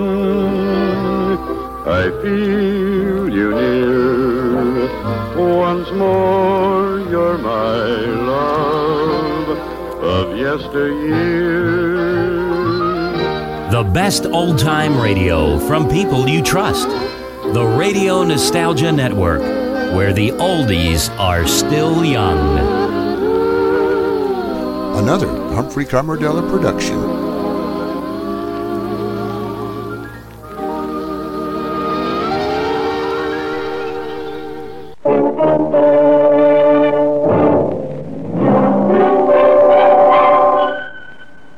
sing. I feel you near. Once more, you're my love of yesteryear. The best old time radio from people you trust. The Radio Nostalgia Network, where the oldies are still young. Another Humphrey Carmardella production.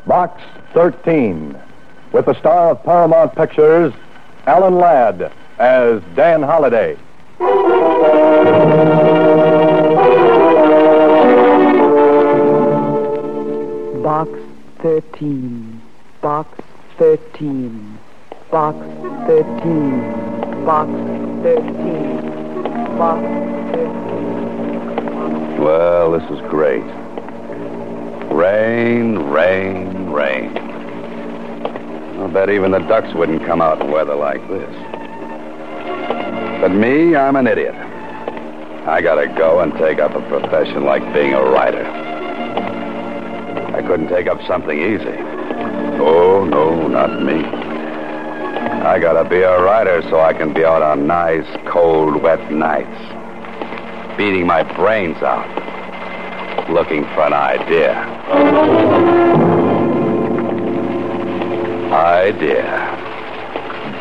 Box 13, with the star of Paramount Pictures, Alan Ladd, as Dan Holliday. Box 13. Box 13. Box 13. Box 13. Box 13. Well, this is great. Rain, rain, rain. I'll bet even the ducks wouldn't come out in weather like this. But me, I'm an idiot. I gotta go and take up a profession like being a writer. I couldn't take up something easy. Oh, no, not me. I gotta be a writer so I can be out on nice, cold, wet nights, beating my brains out looking for an idea. Idea.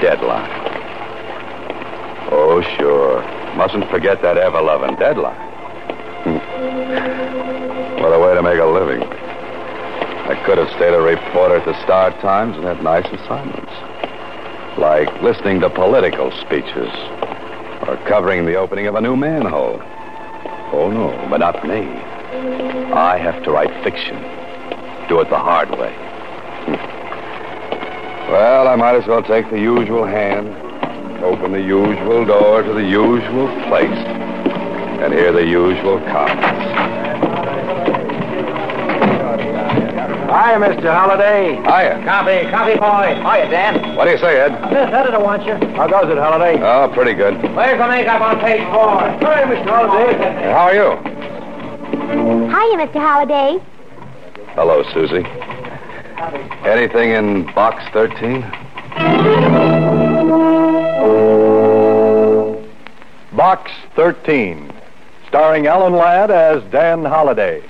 Deadline. Oh, sure. Mustn't forget that ever loving deadline. Hmm. what a way to make a living. I could have stayed a reporter at the Star Times and had nice assignments. Like listening to political speeches or covering the opening of a new manhole. Oh, no, but not me. I have to write fiction. Do it the hard way. Hmm. well, I might as well take the usual hand, open the usual door to the usual place, and hear the usual comments. Hi, Mr. Holliday. Hiya. Copy, copy, boy. Hiya, Dan. What do you say, Ed? This editor wants you. How goes it, Holliday? Oh, pretty good. Where's the makeup on page four? Hurry, Mr. Holliday. How are you? Hiya, Mr. Holliday. Hello, Susie. Anything in box 13? Box 13, starring Alan Ladd as Dan Holliday.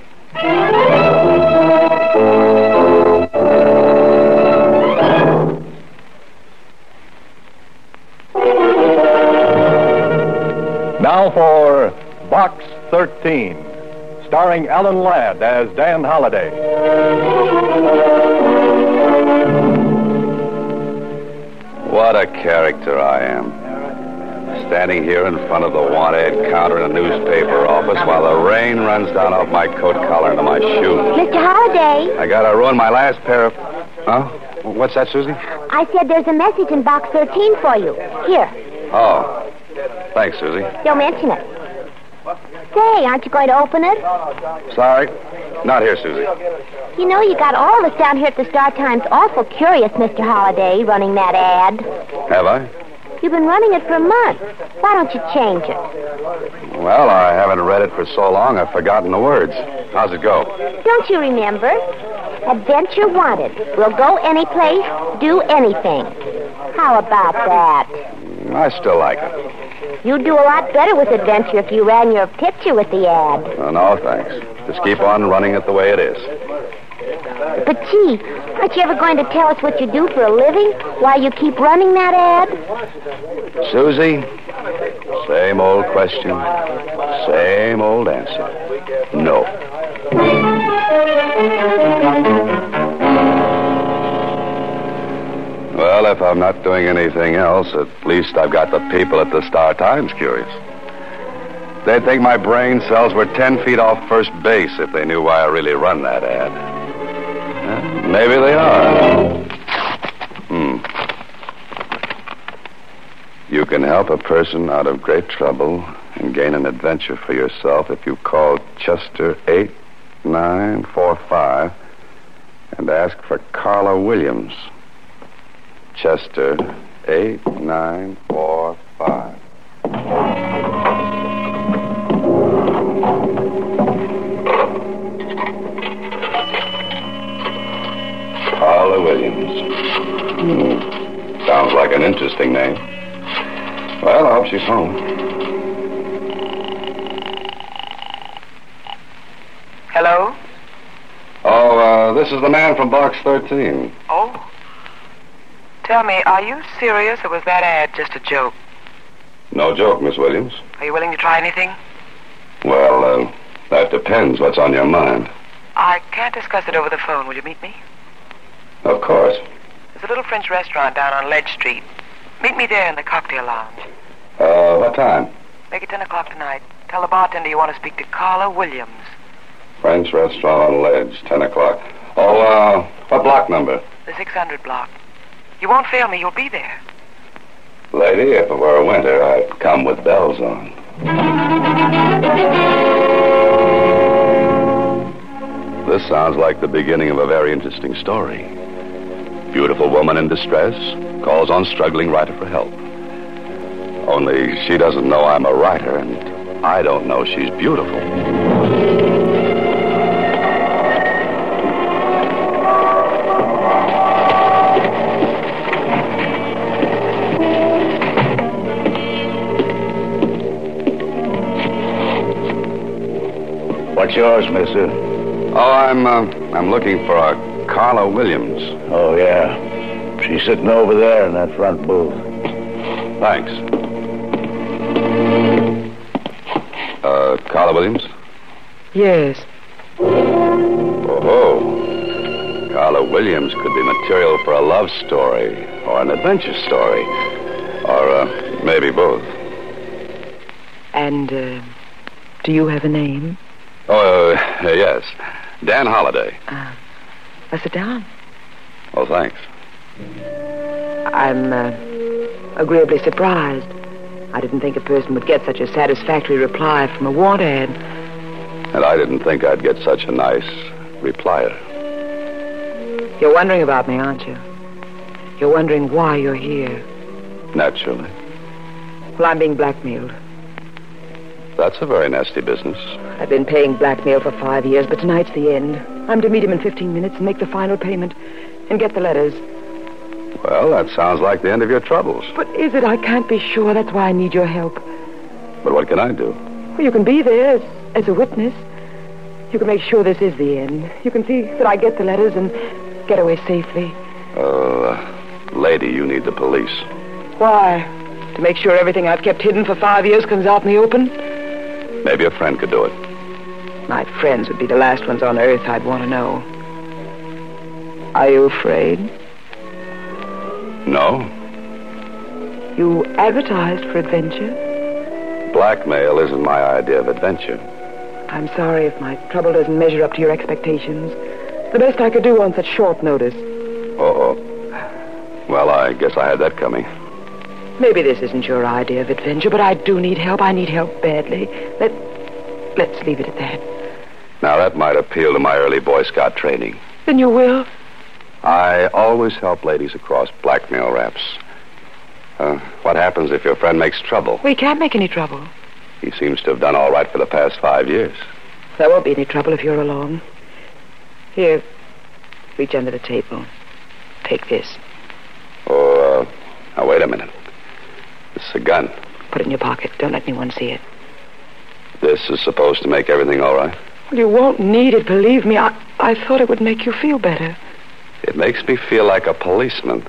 Now for Box 13, starring Alan Ladd as Dan Holliday. What a character I am. Standing here in front of the want ad counter in a newspaper office while the rain runs down off my coat collar into my shoes. Mr. Holliday, I gotta ruin my last pair of. Huh? What's that, Susie? I said there's a message in box 13 for you. Here, Oh. Thanks, Susie. don't mention it. Say, aren't you going to open it? Sorry. Not here, Susie. You know, you got all of us down here at the Star Times awful curious, Mr. Holliday, running that ad. Have I? You've been running it for a month. Why don't you change it? Well, I haven't read it for so long, I've forgotten the words. How's it go? Don't you remember? Adventure wanted. We'll go any place, do anything. How about that? I still like it. You'd do a lot better with adventure if you ran your picture with the ad. No, no, thanks. Just keep on running it the way it is. But gee, aren't you ever going to tell us what you do for a living? Why you keep running that ad? Susie, same old question, same old answer. No. Well, if I'm not doing anything else, at least I've got the people at the Star Times curious. They'd think my brain cells were ten feet off first base if they knew why I really run that ad. Eh, Maybe they are. Hmm. You can help a person out of great trouble and gain an adventure for yourself if you call Chester 8945 and ask for Carla Williams. Chester, eight, nine, four, five. Paula Williams. Sounds like an interesting name. Well, I hope she's home. Hello? Oh, uh, this is the man from Box 13. Oh. Tell me, are you serious or was that ad just a joke? No joke, Miss Williams. Are you willing to try anything? Well, uh, that depends what's on your mind. I can't discuss it over the phone. Will you meet me? Of course. There's a little French restaurant down on Ledge Street. Meet me there in the cocktail lounge. Uh, what time? Make it 10 o'clock tonight. Tell the bartender you want to speak to Carla Williams. French restaurant on Ledge, 10 o'clock. Oh, uh, what block number? The 600 block. You won't fail me. You'll be there. Lady, if it were winter, I'd come with bells on. This sounds like the beginning of a very interesting story. Beautiful woman in distress calls on struggling writer for help. Only she doesn't know I'm a writer, and I don't know she's beautiful. What's yours, mister? Oh, I'm uh, I'm looking for a Carla Williams. Oh, yeah. She's sitting over there in that front booth. Thanks. Uh, Carla Williams. Yes. Oh, Carla Williams could be material for a love story or an adventure story, or uh, maybe both. And uh, do you have a name? Oh, uh, yes, Dan Holliday. Uh, sit down. Oh, thanks. I'm uh, agreeably surprised. I didn't think a person would get such a satisfactory reply from a want ad. And I didn't think I'd get such a nice replier. You're wondering about me, aren't you? You're wondering why you're here. Naturally, Well, I'm being blackmailed. that's a very nasty business. I've been paying blackmail for five years, but tonight's the end. I'm to meet him in 15 minutes and make the final payment and get the letters. Well, that sounds like the end of your troubles. But is it? I can't be sure. That's why I need your help. But what can I do? Well, you can be there as, as a witness. You can make sure this is the end. You can see that I get the letters and get away safely. Oh, uh, lady, you need the police. Why? To make sure everything I've kept hidden for five years comes out in the open? Maybe a friend could do it. My friends would be the last ones on earth I'd want to know. Are you afraid? No, You advertised for adventure. blackmail isn't my idea of adventure. I'm sorry if my trouble doesn't measure up to your expectations. The best I could do on such short notice. Uh-oh. Well, I guess I had that coming. Maybe this isn't your idea of adventure, but I do need help. I need help badly. Let, let's leave it at that. Now, that might appeal to my early Boy Scout training. Then you will. I always help ladies across blackmail raps. Uh, what happens if your friend makes trouble? We can't make any trouble. He seems to have done all right for the past five years. There won't be any trouble if you're along. Here, reach under the table. Take this. Oh, uh, now, wait a minute. This is a gun. Put it in your pocket. Don't let anyone see it. This is supposed to make everything all right. Well, you won't need it, believe me. I, I thought it would make you feel better. It makes me feel like a policeman.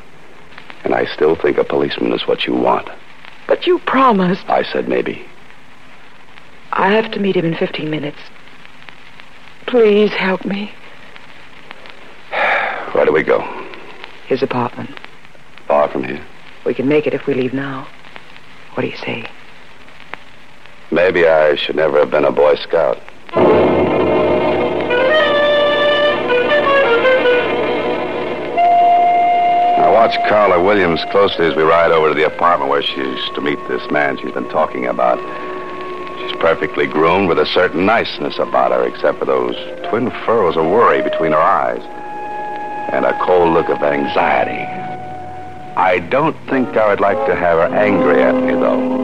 And I still think a policeman is what you want. But you promised. I said maybe. I have to meet him in 15 minutes. Please help me. Where do we go? His apartment. Far from here. We can make it if we leave now. What do you say? Maybe I should never have been a Boy Scout. Now watch Carla Williams closely as we ride over to the apartment where she's to meet this man she's been talking about. She's perfectly groomed with a certain niceness about her, except for those twin furrows of worry between her eyes and a cold look of anxiety. I don't think I would like to have her angry at me, though.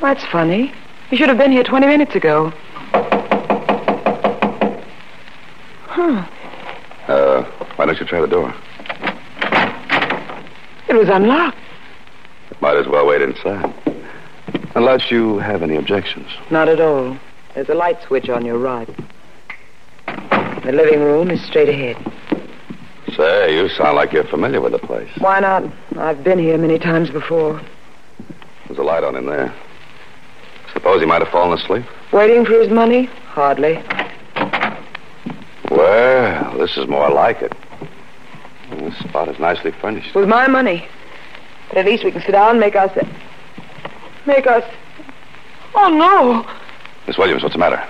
That's funny. You should have been here 20 minutes ago. Uh, why don't you try the door? It was unlocked. Might as well wait inside. Unless you have any objections. Not at all. There's a light switch on your right. The living room is straight ahead. Say, you sound like you're familiar with the place. Why not? I've been here many times before. There's a light on in there. Suppose he might have fallen asleep? Waiting for his money? Hardly. Well, this is more like it. This spot is nicely furnished. With my money. But at least we can sit down and make us. Make us. Oh, no! Miss Williams, what's the matter?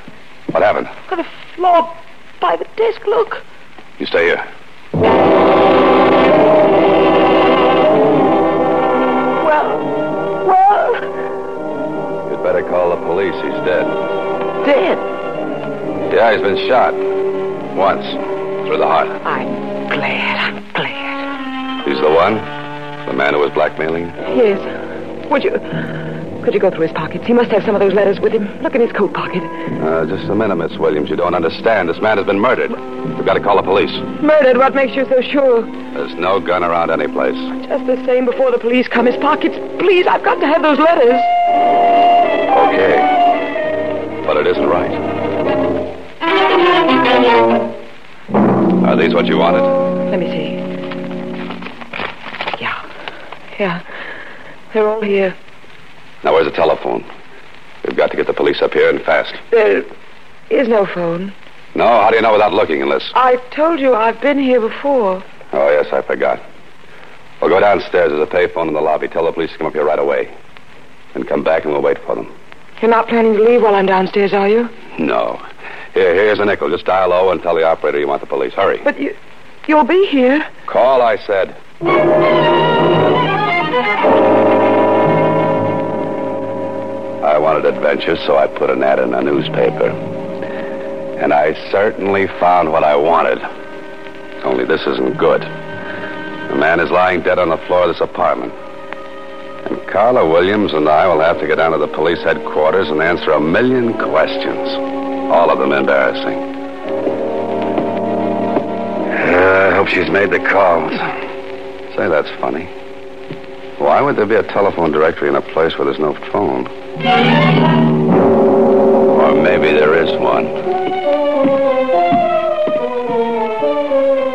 What happened? By the floor, by the desk, look. You stay here. Well, well, You'd better call the police. He's dead. dead. Yeah, he's been shot. Once. Through the heart. I'm glad, I'm glad. He's the one? The man who was blackmailing? Yes. Would you. Could you go through his pockets? He must have some of those letters with him. Look in his coat pocket. Uh, just a minute, Miss Williams. You don't understand. This man has been murdered. We've got to call the police. Murdered, what makes you so sure? There's no gun around any place. Just the same, before the police come, his pockets. Please, I've got to have those letters. Okay. But it isn't right. Are these what you wanted? Let me see. Yeah. Yeah. They're all here. Now, where's the telephone? We've got to get the police up here and fast. There is no phone. No, how do you know without looking unless. I told you I've been here before. Oh, yes, I forgot. Well, go downstairs. There's a payphone in the lobby. Tell the police to come up here right away. And come back and we'll wait for them. You're not planning to leave while I'm downstairs, are you? No. Here, here's a nickel. Just dial O and tell the operator you want the police. Hurry. But you, you'll be here. Call, I said. I wanted adventure, so I put an ad in a newspaper. And I certainly found what I wanted. Only this isn't good. The man is lying dead on the floor of this apartment. And Carla Williams and I will have to go down to the police headquarters and answer a million questions. All of them embarrassing. Yeah, I hope she's made the calls. Say, that's funny. Why would there be a telephone directory in a place where there's no phone? Or maybe there is one.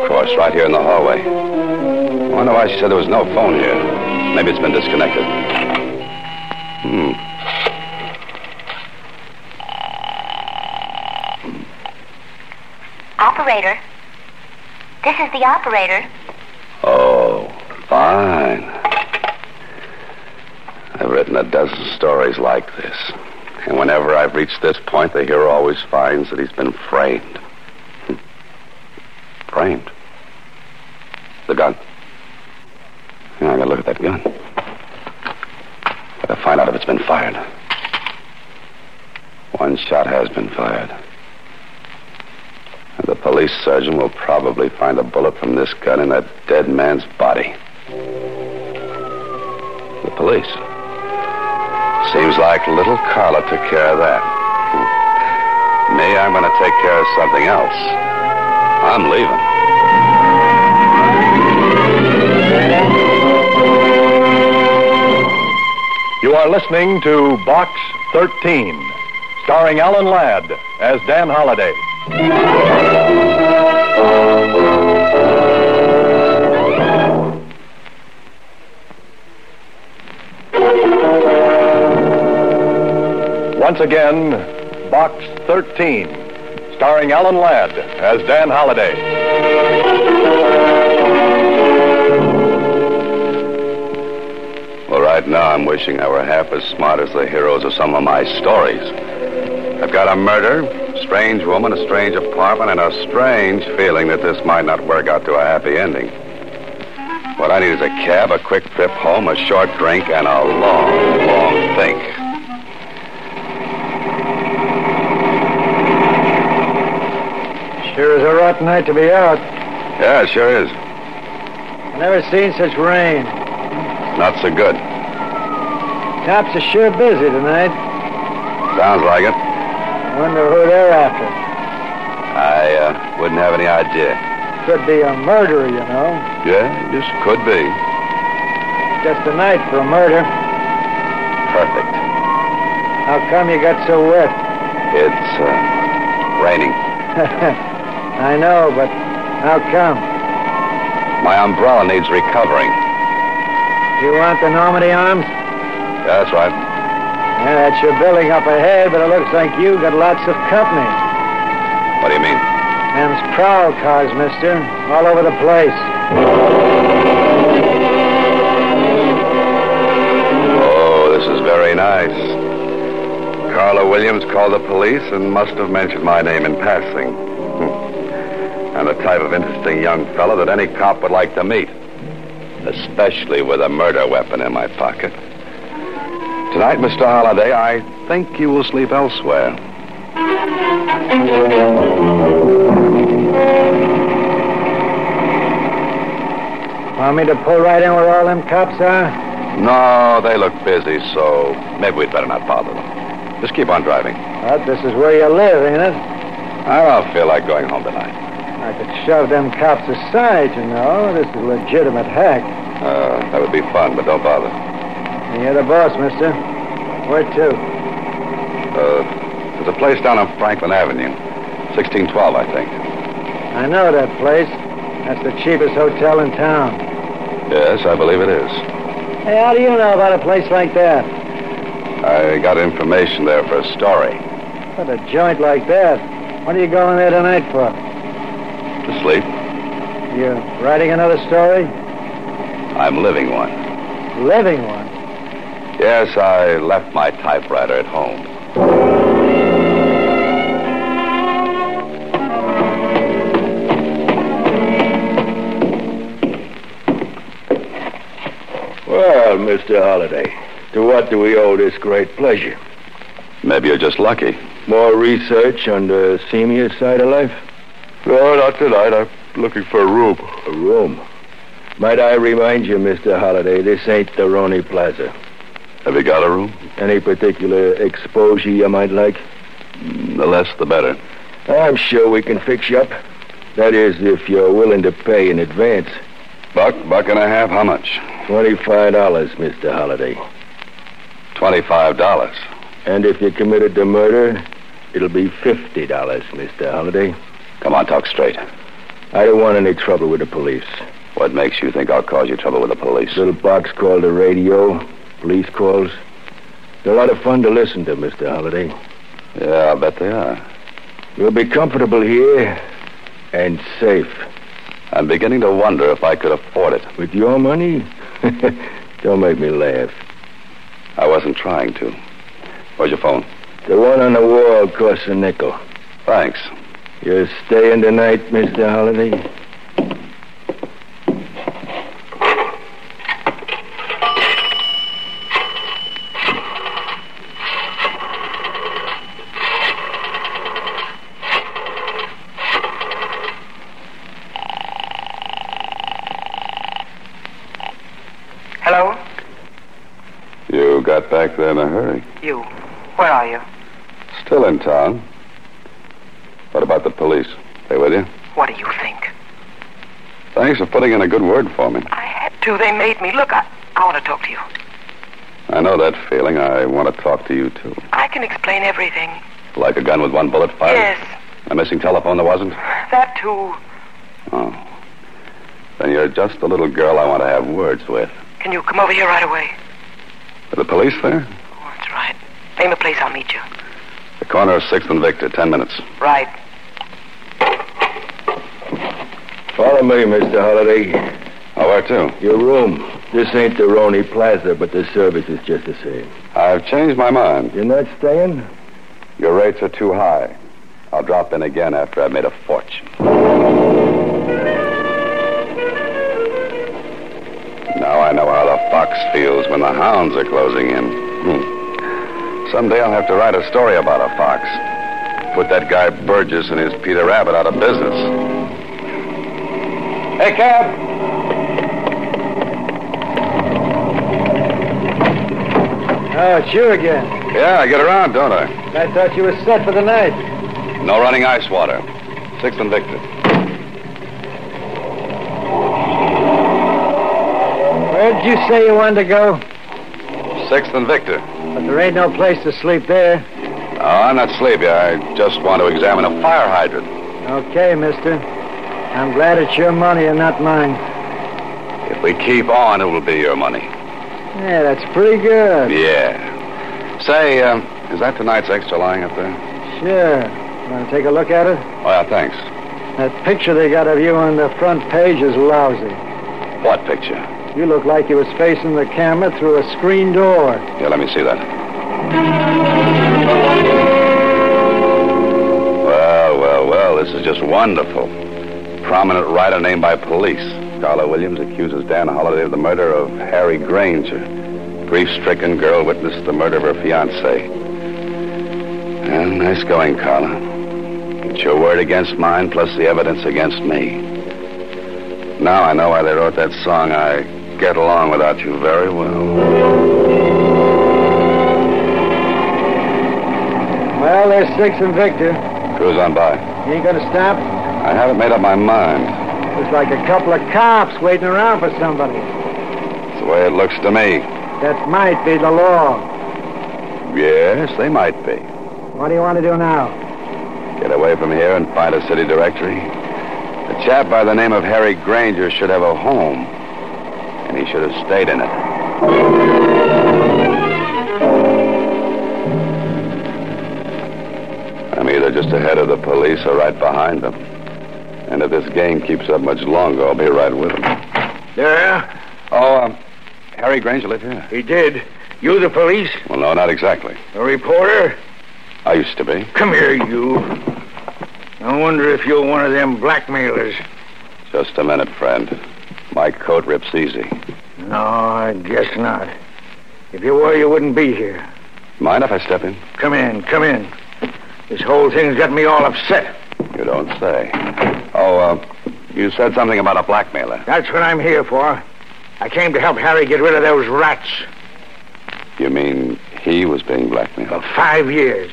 Of course, right here in the hallway. I wonder why she said there was no phone here. Maybe it's been disconnected. Hmm. Operator. This is the operator. Oh, fine. I've written a dozen stories like this. And whenever I've reached this point, the hero always finds that he's been framed. Hmm. Framed? The gun. Yeah, I gotta look at that gun. Gotta find out if it's been fired. One shot has been fired. And The police surgeon will probably find a bullet from this gun in that dead man's body. The police. Seems like little Carla took care of that. Hmm. Me, I'm going to take care of something else. I'm leaving. You are listening to Box 13, starring Alan Ladd as Dan Holliday. Once again, Box 13, starring Alan Ladd as Dan Holliday. Well, right now I'm wishing I were half as smart as the heroes of some of my stories. I've got a murder, strange woman, a strange apartment, and a strange feeling that this might not work out to a happy ending. What I need is a cab, a quick trip home, a short drink, and a long, long think. Sure is a rotten night to be out. Yeah, it sure is. Never seen such rain. Not so good. Cops are sure busy tonight. Sounds like it. Wonder who they're after. I uh, wouldn't have any idea. Could be a murderer, you know. Yeah, this could be. Just a night for a murder. Perfect. How come you got so wet? It's uh, raining. I know, but how come? My umbrella needs recovering. You want the Normandy arms? Yeah, that's right. Yeah, that's your building up ahead, but it looks like you got lots of company. What do you mean? Them's prowl cars, mister. All over the place. Oh, this is very nice. Carla Williams called the police and must have mentioned my name in passing. Hmm. I'm the type of interesting young fellow that any cop would like to meet, especially with a murder weapon in my pocket. Tonight, Mr. Holliday, I think you will sleep elsewhere. Want me to pull right in where all them cops are? No, they look busy, so maybe we'd better not bother them. Just keep on driving. But this is where you live, ain't it? I don't feel like going home tonight. I could shove them cops aside, you know. This is legitimate hack. Uh, that would be fun, but don't bother. You're the boss, mister. Where to? Uh, there's a place down on Franklin Avenue, 1612, I think. I know that place. That's the cheapest hotel in town. Yes, I believe it is. Hey, how do you know about a place like that? I got information there for a story. What a joint like that. What are you going there tonight for? To sleep, You writing another story? I'm living one. Living one. Yes, I left my typewriter at home. Well, Mr. Holliday, to what do we owe this great pleasure? Maybe you're just lucky. More research on the senior side of life? No, not tonight. I'm looking for a room. A room? Might I remind you, Mr. Holliday, this ain't the Roney Plaza. Have you got a room? Any particular exposure you might like? The less, the better. I'm sure we can fix you up. That is, if you're willing to pay in advance. Buck, buck and a half, how much? Twenty-five dollars, Mr. Holliday. Twenty-five dollars. And if you committed the murder, it'll be fifty dollars, Mr. Holliday. Come on, talk straight. I don't want any trouble with the police. What makes you think I'll cause you trouble with the police? Little box called the radio, police calls. They're a lot of fun to listen to, Mr. Holliday. Yeah, I bet they are. We'll be comfortable here and safe. I'm beginning to wonder if I could afford it. With your money? don't make me laugh. I wasn't trying to. Where's your phone? The one on the wall costs a nickel. Thanks. You're staying tonight, Mr. Holliday? Hello? You got back there in a hurry. You. Where are you? Still in town. What about the police? They with you? What do you think? Thanks for putting in a good word for me. I had to. They made me. Look, I, I want to talk to you. I know that feeling. I want to talk to you, too. I can explain everything. Like a gun with one bullet fired? Yes, A missing telephone there wasn't? that too. Oh. Then you're just the little girl I want to have words with. Can you come over here right away? Are the police there? Oh, that's right. Name a place, I'll meet you. The corner of 6th and Victor, 10 minutes. Right. Follow me, Mr. Holliday. Oh, where to? Your room. This ain't the Roney Plaza, but the service is just the same. I've changed my mind. You're not staying? Your rates are too high. I'll drop in again after I've made a fortune. when the hounds are closing in. Hmm. Someday I'll have to write a story about a fox. Put that guy Burgess and his Peter Rabbit out of business. Hey, cab! Oh, it's you again. Yeah, I get around, don't I? I thought you were set for the night. No running ice water. Six and Victor. Where'd you say you wanted to go? Sixth and Victor. But there ain't no place to sleep there. Oh, I'm not sleepy. I just want to examine a fire hydrant. Okay, mister. I'm glad it's your money and not mine. If we keep on, it will be your money. Yeah, that's pretty good. Yeah. Say, um, is that tonight's extra lying up there? Sure. Want to take a look at it? Oh, yeah, thanks. That picture they got of you on the front page is lousy. What picture? You look like you was facing the camera through a screen door. Here, let me see that. Well, well, well, this is just wonderful. Prominent writer named by police. Carla Williams accuses Dan Holliday of the murder of Harry Granger. Grief stricken girl witnessed the murder of her fiance. Well, nice going, Carla. It's your word against mine plus the evidence against me. Now I know why they wrote that song, I Get Along Without You Very Well. Well, there's Six and Victor. Cruise on by. You ain't gonna stop? I haven't made up my mind. Looks like a couple of cops waiting around for somebody. It's the way it looks to me. That might be the law. Yes, they might be. What do you want to do now? Get away from here and find a city directory. A chap by the name of Harry Granger should have a home, and he should have stayed in it. I'm either just ahead of the police or right behind them. And if this game keeps up much longer, I'll be right with them. Yeah, Oh, um, Harry Granger live here? he did. You the police? Well, no, not exactly. A reporter? I used to be. Come here, you. I wonder if you're one of them blackmailers. Just a minute, friend. My coat rips easy. No, I guess not. If you were, you wouldn't be here. Mind if I step in? Come in, come in. This whole thing's got me all upset. You don't say. Oh, uh, you said something about a blackmailer. That's what I'm here for. I came to help Harry get rid of those rats You mean he was being blackmailed? for five years.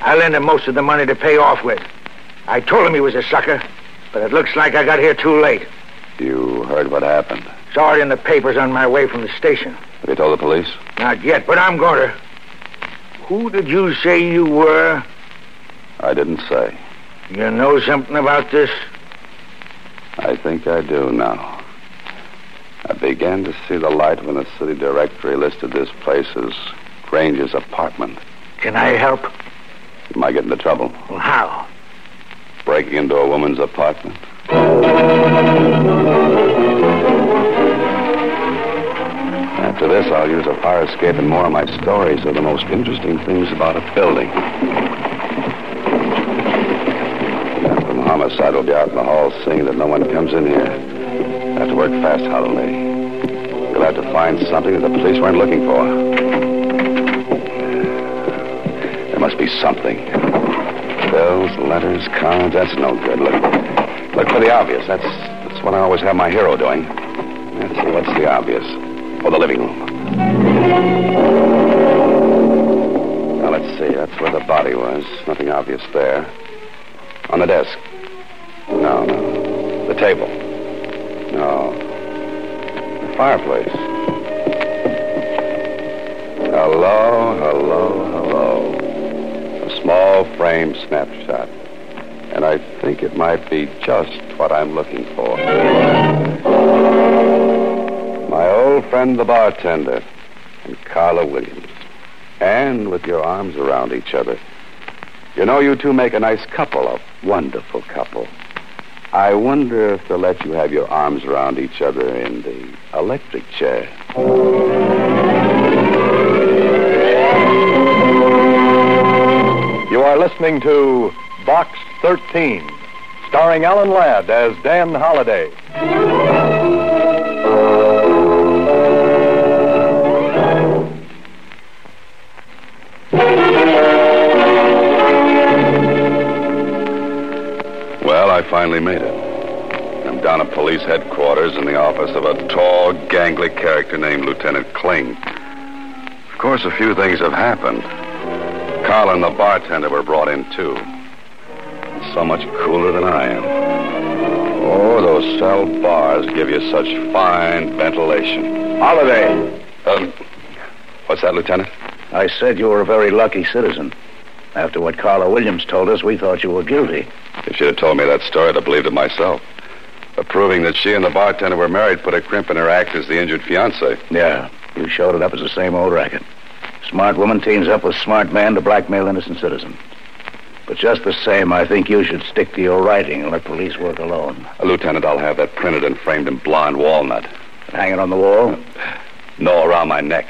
I lent him most of the money to pay off with. I told him he was a sucker, but it looks like I got here too late. You heard what happened. Saw it in the papers on my way from the station. Have you told the police? Not yet, but I'm going to. Who did you say you were? I didn't say. You know something about this? I think I do now. I began to see the light when the city directory listed this place as Granger's apartment. Can I help? You might get into trouble. Well, how? Breaking into a woman's apartment. After this, I'll use a fire escape in more of my stories of the most interesting things about a building. Captain from homicide will be out in the hall seeing that no one comes in here. I have to work fast, Holloway. You'll have to find something that the police weren't looking for. There must be something. Bills, letters, cards, that's no good. Look, look for the obvious. That's, that's what I always have my hero doing. Let's see, what's the obvious? Oh, the living room. Now, let's see. That's where the body was. Nothing obvious there. On the desk. No, no. The table. No. The fireplace. Hello, hello, hello. A small frame snapshot. And I think it might be just what I'm looking for. My old friend, the bartender, and Carla Williams. And with your arms around each other. You know, you two make a nice couple, a wonderful couple. I wonder if they'll let you have your arms around each other in the electric chair. You are listening to Box 13, starring Alan Ladd as Dan Holliday. I finally made it. I'm down at police headquarters in the office of a tall, gangly character named Lieutenant Kling. Of course, a few things have happened. Carl and the bartender were brought in, too. So much cooler than I am. Oh, those cell bars give you such fine ventilation. Holiday! Um, what's that, Lieutenant? I said you were a very lucky citizen. After what Carla Williams told us, we thought you were guilty. If she'd have told me that story, I'd have believed it myself. But proving that she and the bartender were married put a crimp in her act as the injured fiancée. Yeah, you showed it up as the same old racket. Smart woman teams up with smart man to blackmail innocent citizen. But just the same, I think you should stick to your writing and let police work alone. Uh, Lieutenant, I'll have that printed and framed in blonde walnut. Hang it on the wall? No, around my neck.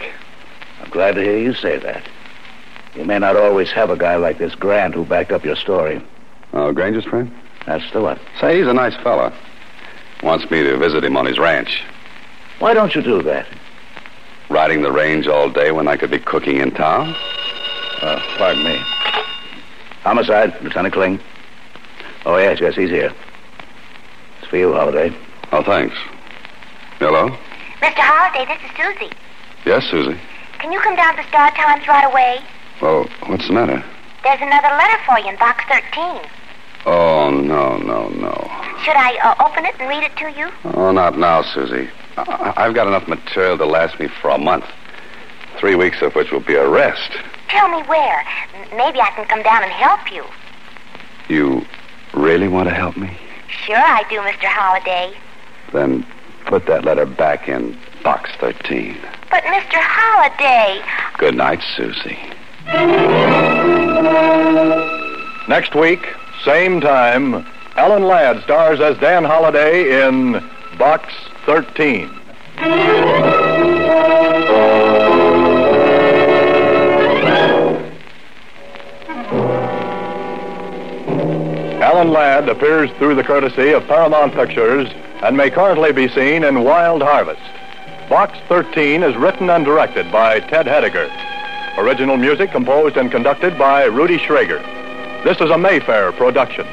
I'm glad to hear you say that. You may not always have a guy like this Grant who backed up your story. Oh, Granger's friend? That's the one. Say, he's a nice fella. Wants me to visit him on his ranch. Why don't you do that? Riding the range all day when I could be cooking in town? Uh, pardon me. Homicide, Lieutenant Kling. Oh, yes, yes, he's here. It's for you, Holiday. Oh, thanks. Hello? Mr. Holliday, this is Susie. Yes, Susie. Can you come down to Star Times right away? Well, Oh, what's the matter? There's another letter for you in box 13. Oh, no, no, no. Should I uh, open it and read it to you? Oh, not now, Susie. I- I've got enough material to last me for a month. Three weeks of which will be a rest. Tell me where. M- maybe I can come down and help you. You really want to help me? Sure I do, Mr. Holliday. Then put that letter back in box 13. But Mr. Holliday, Good night, Susie. Next week, same time, Alan Ladd stars as Dan Holliday in Box 13. Alan Ladd appears through the courtesy of Paramount Pictures and may currently be seen in Wild Harvest. Box 13 is written and directed by Ted Hediger. Original music composed and conducted by Rudy Schrager. This is a Mayfair production.